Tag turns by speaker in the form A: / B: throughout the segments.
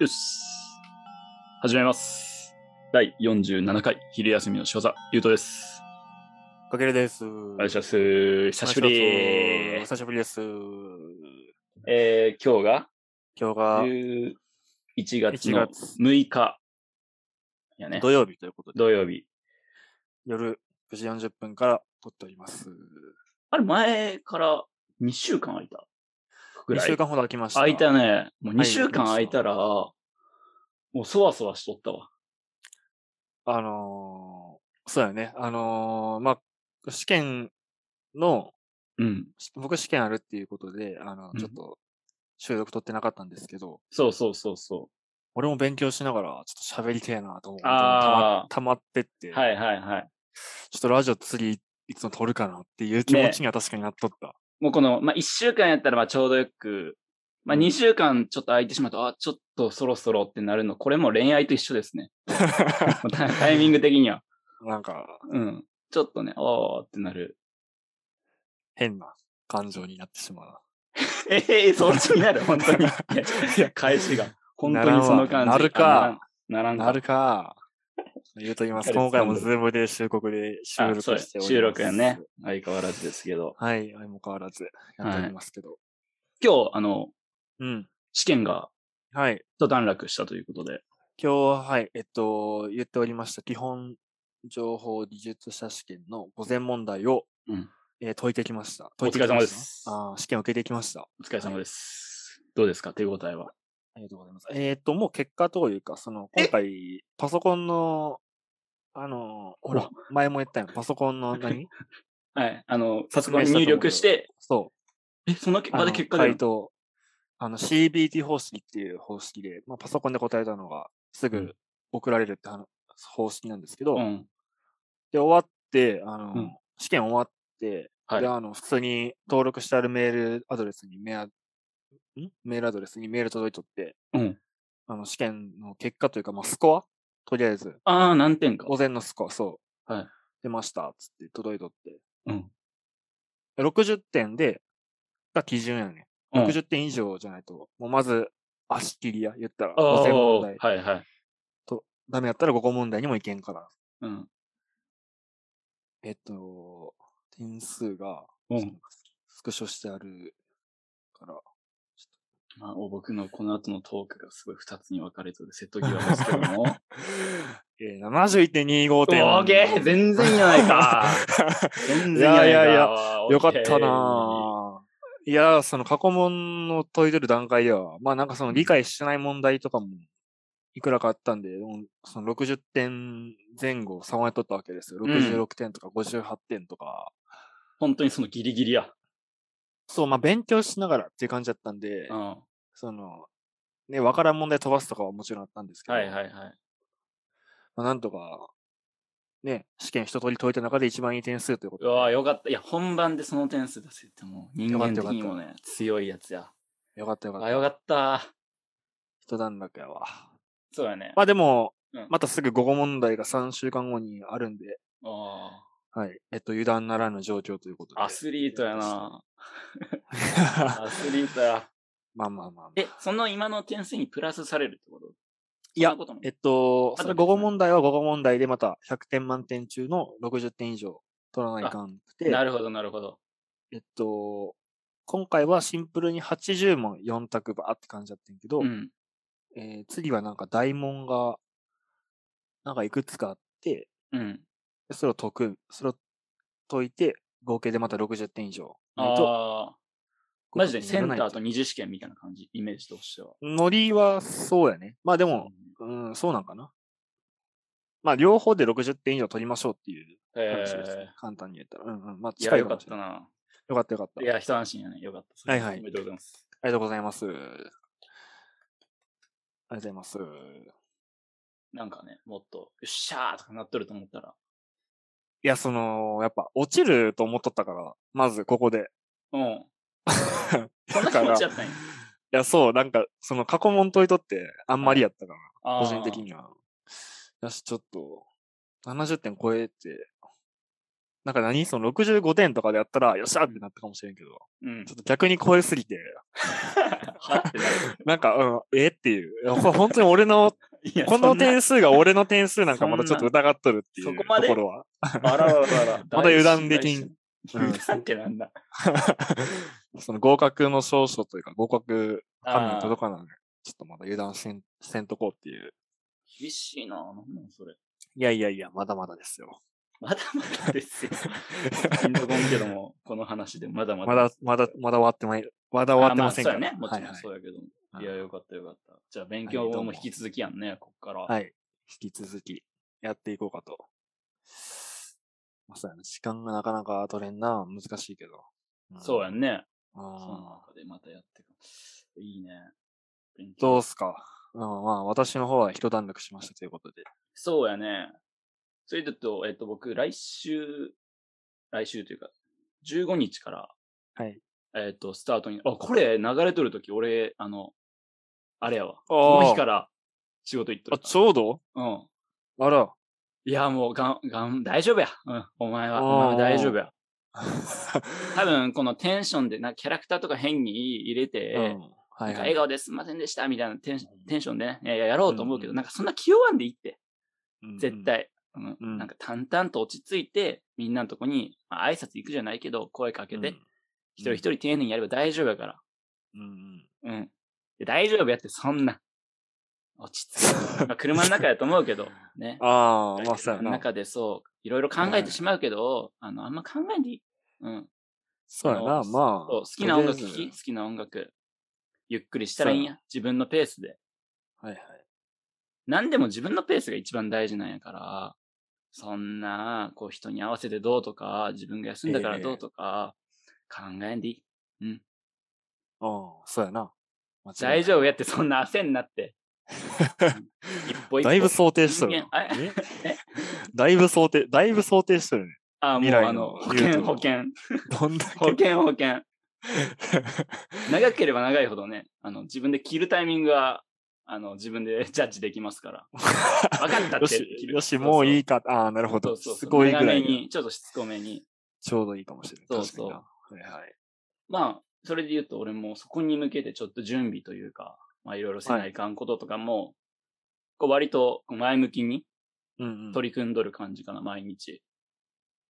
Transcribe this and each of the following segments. A: よし。始めます。第47回昼休みの仕業、ゆうとです。
B: かけるです。
A: お願いします。久しぶり。
B: お久しぶりです。
A: えー、今日が
B: 今日が
A: 11月
B: 1
A: の
B: 月
A: 6日やね。
B: 土曜日ということで、
A: 土曜日。
B: 夜9時40分から撮っております。
A: あれ、前から2週間空いたぐ
B: 2
A: らい。
B: 週間ほど空きました。
A: 空いたね。もう2
B: はい
A: 週間空いたら、もうそわそわしとったわ。
B: あのー、そうやね。あのー、まあ、試験の、
A: うん。
B: し僕試験あるっていうことで、あの
A: う、ん
B: ちょっと収録撮ってなかったんですけど、
A: そうそうそうそ
B: 俺も勉強しながら、ちょっと喋りてえなと思って、た
A: あ
B: ま溜まってって、
A: う。はいはいはい。
B: ちょっとラジオ次いつも撮るかなっていう気持ちには確かになっとった。
A: もうこの、まあ、1週間やったらまあちょうどよく、まあ、
B: うん
A: 2週間ちょっと空いてしまうと、あ、ちょっとそろそろってなるの、これも恋愛と一緒ですね。 もうタタイミング的には。
B: なんか、
A: うん。ちょっとね、おーってなる。
B: 変な感情になってしまうな。
A: ええそっちになる、本 当に。いやいや、返しが。本当にその感じ。
B: なるか
A: あ。ならんならんか。
B: なるか。言うと言います。
A: 疲れて
B: 今回も
A: たん
B: ズームで収録で収録
A: あ
B: し
A: そう
B: てお
A: や
B: ります。
A: 収録やね。。相変わらずですけど。
B: はい、相も変わらずやっておりますけど。
A: 今日、あの、
B: うん。
A: 試験が
B: はい。
A: 一段落したということで。
B: 今日は、はい、えっと、言っておりました、基本情報技術者試験の午前問題を、
A: うん
B: えー解いてきました。
A: お
B: 解
A: 疲
B: いて
A: れ
B: き
A: 様
B: ま
A: で
B: した
A: す。
B: あー試験を受けてきました。
A: お疲れ様です。どうですか手応えは。
B: ありがとうございます。えーっと、もう結果というか、その、今回、パソコンの、あのー、ほら、前も言ったよ。パソコンの何
A: はい。あの、パソ
B: 説
A: コン
B: 明したと思うけど
A: に入力して、
B: そう。
A: え、そんな結果で
B: あの
A: 結果出る
B: 回答。あの、CBT 方式っていう方式で、まあ、パソコンで答えたのがす
A: うん
B: ぐ送られるってあの方式なんですけど、
A: うん。
B: で、終わって、あの、
A: うん
B: 試験終わって、
A: はい
B: で、。あの、普通に登録してあるメールアドレスにメア、んメールアドレスにメール届いとって、
A: うん
B: あの、試験の結果というか、まあ、スコアとりあえず、
A: ああ、何点か。
B: 午前のスコア、そう。
A: はい
B: 出ました、つって届いとって。
A: うん。
B: で60点で、が基準やね。
A: うん
B: 60点以上じゃないと、もうまず、足切りや、言ったら、
A: あ
B: 5000問
A: あ
B: 題。
A: はいはい。
B: ダメやったら5個問題にもいけんから。
A: うん。
B: えっと、点数が、
A: うん。
B: スクショしてあるから、
A: まあ、僕のこの後のトークがすごい二つに分かれてる瀬戸際ですけど も。
B: えー、71.25
A: オ
B: 点。
A: ーケー全然やない か全然やないか
B: いやいやいや
A: わー
B: よかった
A: オッケ
B: なぁ。いやー、その過去問の解いてる段階では、まあなんかその理解してない問題とかもいくらかあったんで、うんその60点前後差をとったわけですよ。
A: ん
B: 66点とか58点とか。
A: ー本当にそのギリギリや。
B: そう、まあ勉強しながらっていう感じだったんで
A: う、ん。は
B: その、ね、わからん問題飛ばすとかはもちろんあったんですけ
A: い
B: ど、
A: はいはい。
B: まあなんとか、ね、試験一通り解いた中で一番いい点数ということ
A: う
B: で。
A: わーよかった。いや、本番でその点数出せってもう人間的にもね、強いやつや。
B: よかったよかっ
A: あ、
B: た。
A: よかった。
B: 一段落やわ。
A: そうやね。
B: まあでも、
A: うん
B: またすぐ午後問題が3週間後にあるんで、
A: あ
B: はい。えっと、油断ならぬ状況ということで。
A: ーアスリートやな。 アスリ
B: ート。
A: ートや。
B: まあまあまあ、まあ。
A: え、その今の点数にプラスされるってこと
B: いや
A: そんなことも
B: えっと、
A: あ
B: そ
A: と
B: れ
A: 別
B: 午後
A: に
B: 問題は午後問題でまた100点満点中の60点以上取らないかんくて、
A: なるほど、なるほど。
B: えっと、今回はシンプルに80問4択ばーって感じだったんやけど、
A: うん。
B: えー次はなんか大問が、なんかいくつかあって、
A: うん。
B: でそれを解く、それを解いて、合計でまた60点以上ないと。
A: ああ。マジでセンターと
B: に。
A: 二次試験みたいな感じ、イメージとしては。
B: ノリはそうやね。まあでも、うん、そうなんかな。まあ、両方で60点以上取りましょうっていう
A: え
B: 話ですね、
A: え
B: 簡単に言ったら。うんうん。まあ、
A: いや、
B: 近い
A: よか
B: も
A: っ
B: したれない
A: な。
B: よかったよかった。
A: いや、一安心やね。よかった。
B: はいはい
A: おめでとうございます。
B: ありがとうございます。ありがとうございます。
A: なんかね、もっと、よっしゃーとかなっとると思ったら。
B: いや、その、やっぱ、落ちると思っとったから、まずここで。
A: うん。そん
B: だ
A: な気
B: から、
A: 持
B: い
A: ちやったんや。
B: や、そう、なんか、その過去問解いとって、あんまりやったから、
A: あ
B: 個
A: ー
B: 人的。には。よし、ちょっと、70点超えて、なんか何その65点とかでやったら、よっしゃーってなったかもしれんけど、
A: うん
B: ちょ。っと逆に超えすぎて、
A: はってなる。
B: なんか、うん、えっていう。いやこれ本当に俺 の、
A: いや
B: この点
A: 数。
B: 数が俺の点数なんかまだちょっと疑っとるってい
A: そん
B: う
A: な
B: と
A: そこまで
B: ころは。
A: あらららら
B: まだ油断できん。
A: 大 事大事油断って なんだ。
B: その合格の証書というか、合格紙
A: あ
B: に
A: あ、
B: 届かない。ちょっとまだ油断せんせんとこうっていう。
A: 厳しいな。なんなんそれ。
B: いやいやいや、まだまだです よ。
A: まだまだですよ。 インドゴンけども、この話でまだまだ。
B: まだ、まだ、まだ終わってまい、まだ終わってませんから。
A: ああまあそうやね。もちろ
B: は
A: んそうやけど。
B: はいい
A: や、
B: はい
A: よかったよかった。じゃあ、勉強も引き続きやんね、こっから。
B: はい。引き続きやっていこうかと。まあ、そうやね。時間がなかなか取れんな。難しいけど。ん
A: そうやんね。その
B: あー
A: 中でまたやってく。いいね。勉強
B: どうっすか。うん、まあ、私の方は一段落しましたということで。
A: そうやね。それだと、えっと、僕、来週、来週というか、15日から、
B: はい。
A: えっと、スタートに、あ、これ、流れとるとき、俺、あの、あれやわ。
B: あ
A: こ
B: ー
A: の日から仕事行っと
B: あ、
A: る
B: ちょうど
A: から。うん。
B: あら。
A: いや、もう、がん、がん、大丈夫や。うん。お前は、
B: あー
A: お前は大丈夫や。多分、このテンションで、な、キャラクターとか変に入れて、
B: うん。は
A: なん
B: い
A: か
B: は
A: 笑
B: い。
A: 顔ですんませんでした、みたいなテンションテンションでね、いやいややろうと思うけど、
B: うん
A: なんかそんな気弱んでいいって。
B: うん
A: 絶。対。うん
B: うん
A: なんか淡々と落ち着いて、みんなのとこに、まあ、挨拶行くじゃないけど、声かけて、
B: うん
A: 一人一人丁寧にやれば大丈夫やから。
B: うんうん。
A: うん。で大丈夫やって、そんな。落ち 着く。まあ、車の中やと思うけど、ね。
B: ああ、まあ、そ
A: 車
B: うや
A: の
B: な。
A: 中でそう、いろいろ考えてしまうけど、あの、あんま考えんでいい。うん。
B: そうやな。
A: その
B: まあ。
A: そう好きな音楽
B: と
A: 聴
B: りあえ
A: き、
B: ず
A: 好きな音楽。ゆっくりしたらいいんや。自分のペースで。
B: はいはい。
A: 何でも自分のペースが一番大事なんやから、そんな、こう人に合わせてどうとか、自分が休んだからどうとか、考えんでいい。
B: うん、そうやな。
A: 大
B: 夫。
A: 丈夫やって、そんな焦んなって。 一歩一歩。
B: だいぶ想定しとる
A: 人
B: な。
A: 間あ
B: え だいぶ想定、だいぶ想定しとるね。
A: あ、もう
B: 未来の
A: あの、保
B: 言うと
A: 険、保険、
B: どんだ
A: 保
B: け。
A: 険、保険。長ければ長いほどね、あの、自分で切るタイミングは、あの、自分でジャッジできますから。分かったって
B: よし、よし、もういいか。ああ、なるほ
A: そ
B: ど。
A: うそうそう。
B: すごいぐ
A: 長
B: ら
A: め
B: いが。
A: に、ちょっとしつこめに。
B: ちょうどいいかもしれない。
A: そうそう
B: 確かになはいはい。
A: まあ、それで言うと、俺もそこに向けてちょっと準備というか、まあ、いろいろせないかんこととかも、こう割とこう前向きに
B: うん、うん。
A: 取り組んどる感じかな、毎日。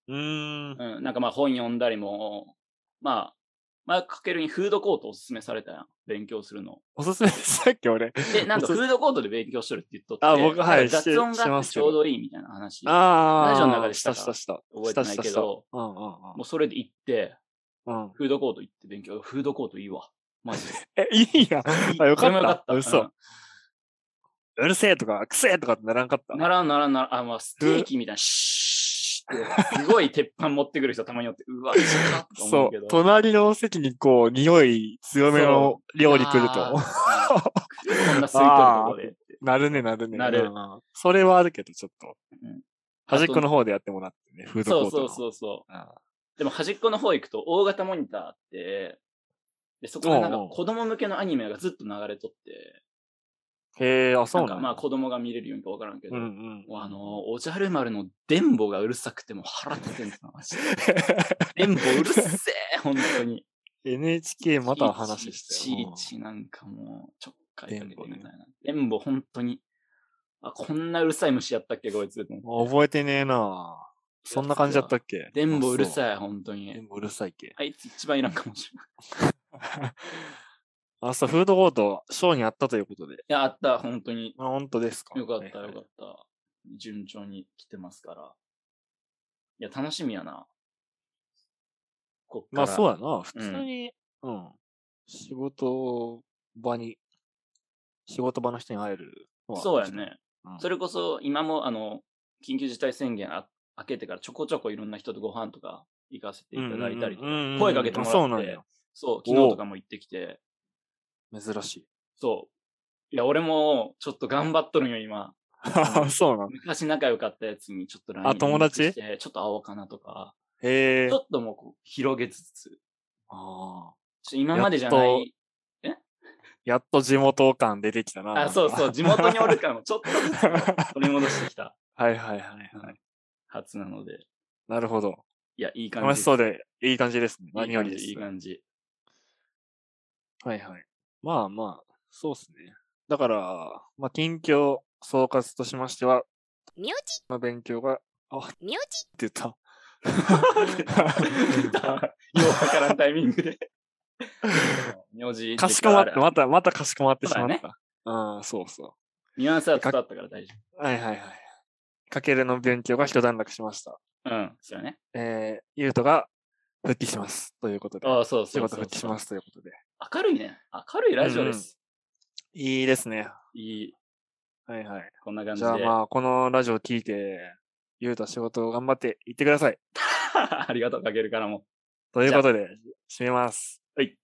B: うーん。
A: うん、なんかまあ本読んだりも、まあ、前かけるにフードコートおすすめされたやん、勉強するの。
B: おすすめしたっけ、俺。
A: で、なんかフ
B: おす
A: ードコートで勉強しとるって言っとって、
B: あ僕は
A: な
B: い
A: んか雑音
B: してして
A: があっ
B: ま
A: て
B: す
A: ち
B: けど
A: ょうどいいみたいな話、覚
B: ああ。
A: ラジオの中でしたか
B: したした。
A: えてないけ
B: したしたした
A: ど、
B: うんうん
A: もうそれで行って、
B: うん。うん。
A: フードコート行って勉強、フードコートいいわ。マジで。
B: え、いいやん。 あ、よ
A: そ
B: か
A: れもよか
B: っ。
A: ったた。
B: 嘘
A: うん。
B: うるせえとか、くせえとかってならんかった。
A: ならんならんならん、あ、まあ、ステーキみたいな、シーって、すごい鉄板持ってくる人たまによって、うわ、違ったと思
B: そう
A: けど。
B: う。隣の席にこう、匂い強めの料理来る
A: あ
B: と。
A: ー。 こんな吸い取るとこで。
B: なるね、なるね。
A: なる
B: うんそれはあるけど、ちょっと
A: うん。
B: 端っこの方でやってもらってね、フード
A: そ
B: コ
A: う
B: ート
A: そ
B: の。
A: うそうそう
B: うん。
A: う。でも端っこの方行くと、大型モニターあって、で、そこでなんか
B: おうおう
A: 子供向けのアニメがずっと流れとって、
B: へえ、あ、そう
A: なん
B: な
A: か
B: ん
A: まあ
B: だ。
A: 子供が見れるようにかわからんけど、
B: うんう
A: も
B: ん
A: う。あ の、おじゃる丸の電ボがうるさくてもう腹立てんの、マジで。電ボうるせえ、本当に。
B: NHK また話して
A: いち
B: る
A: い。ちなんかもう、ちょっかいかけてみたい
B: 電
A: な。電ボ、本当に。あ、こんなうるさい虫やったっけ、こいつ。
B: うんもう覚えてねえなそんな感じだったっけ
A: 電ボうる
B: い。
A: さい、本当に
B: 電。ボうるさいっけ。
A: あいつ一番いらんかもしれない。
B: あ、そう、フードコート、ショーにあったということで。
A: いや、あった、本当に。
B: あ本当ですか。
A: よかっ
B: はい
A: た、
B: はい
A: よかった。順調に来てますから。いや、楽しみやな。こっから。
B: まあそう
A: う
B: やな。普通に、うん、仕事場に、仕事場の人に会えるのは
A: そうや。ね。
B: うん
A: それこそ、今も、あの、緊急事態宣言あ明けてからちょこちょこいろんな人とご飯とか行かせていただいたりとか、
B: うんうんうんうん
A: 声かけてもらって
B: あそうなんや
A: そう、昨日とかも行ってきて、
B: 珍しい。
A: そう。いや、俺も、ちょっと頑張っとるんよ、今。ん
B: そうなの。
A: 昔仲良かったやつに、ちょっと LINE
B: あ友達
A: 連絡してちょっと会おうかなとか、
B: へえ
A: ち。ょっともうこう、広げつつ、ちょ
B: あー
A: っと今までじゃな
B: やっ
A: い、
B: やっと地元感出てきたな。なん
A: あ、
B: か
A: そうそう、地 元におる感をちょっとずつ取り戻してきた
B: はいはいはいはい。
A: はずなので、
B: なるほど。
A: いや、いい感じ。
B: 楽しそう。で、いい感じですね。
A: い
B: 何
A: い
B: よ
A: 感じ、
B: りです。
A: いい感じ。
B: はいはい。まあまあ、そうですね。だから、まあ、近況総括としましては、
C: みおち
B: まあ、勉強が、
C: みおち
B: 出た。
A: 出たようわからんタイミン グで。名字。
B: かしこまっ
A: 実
B: て、
A: 家ある
B: また、またかしこまってしま
A: そう
B: っ
A: だね
B: た。ああ、そうそ
A: ニュアンスは伝わったから大丈
B: う。はいはいはい。かけるの勉強が一段落しました。
A: 夫。うん、そうよね。
B: えー、ゆうとが復帰します。ということで。
A: ああ、そう
B: 仕
A: そう
B: 事
A: そう
B: 復帰し
A: そう。
B: ますということで。
A: 明るいね。明るいラジオです。
B: いいですね。
A: いい、
B: はいはい。
A: こんな感じ
B: じ
A: で
B: ゃあ。まあ、このラジオ聞いて、ゆうと仕事を頑張っていってください。
A: ありがとう、かけるからも。
B: ということで、締めます。
A: はい。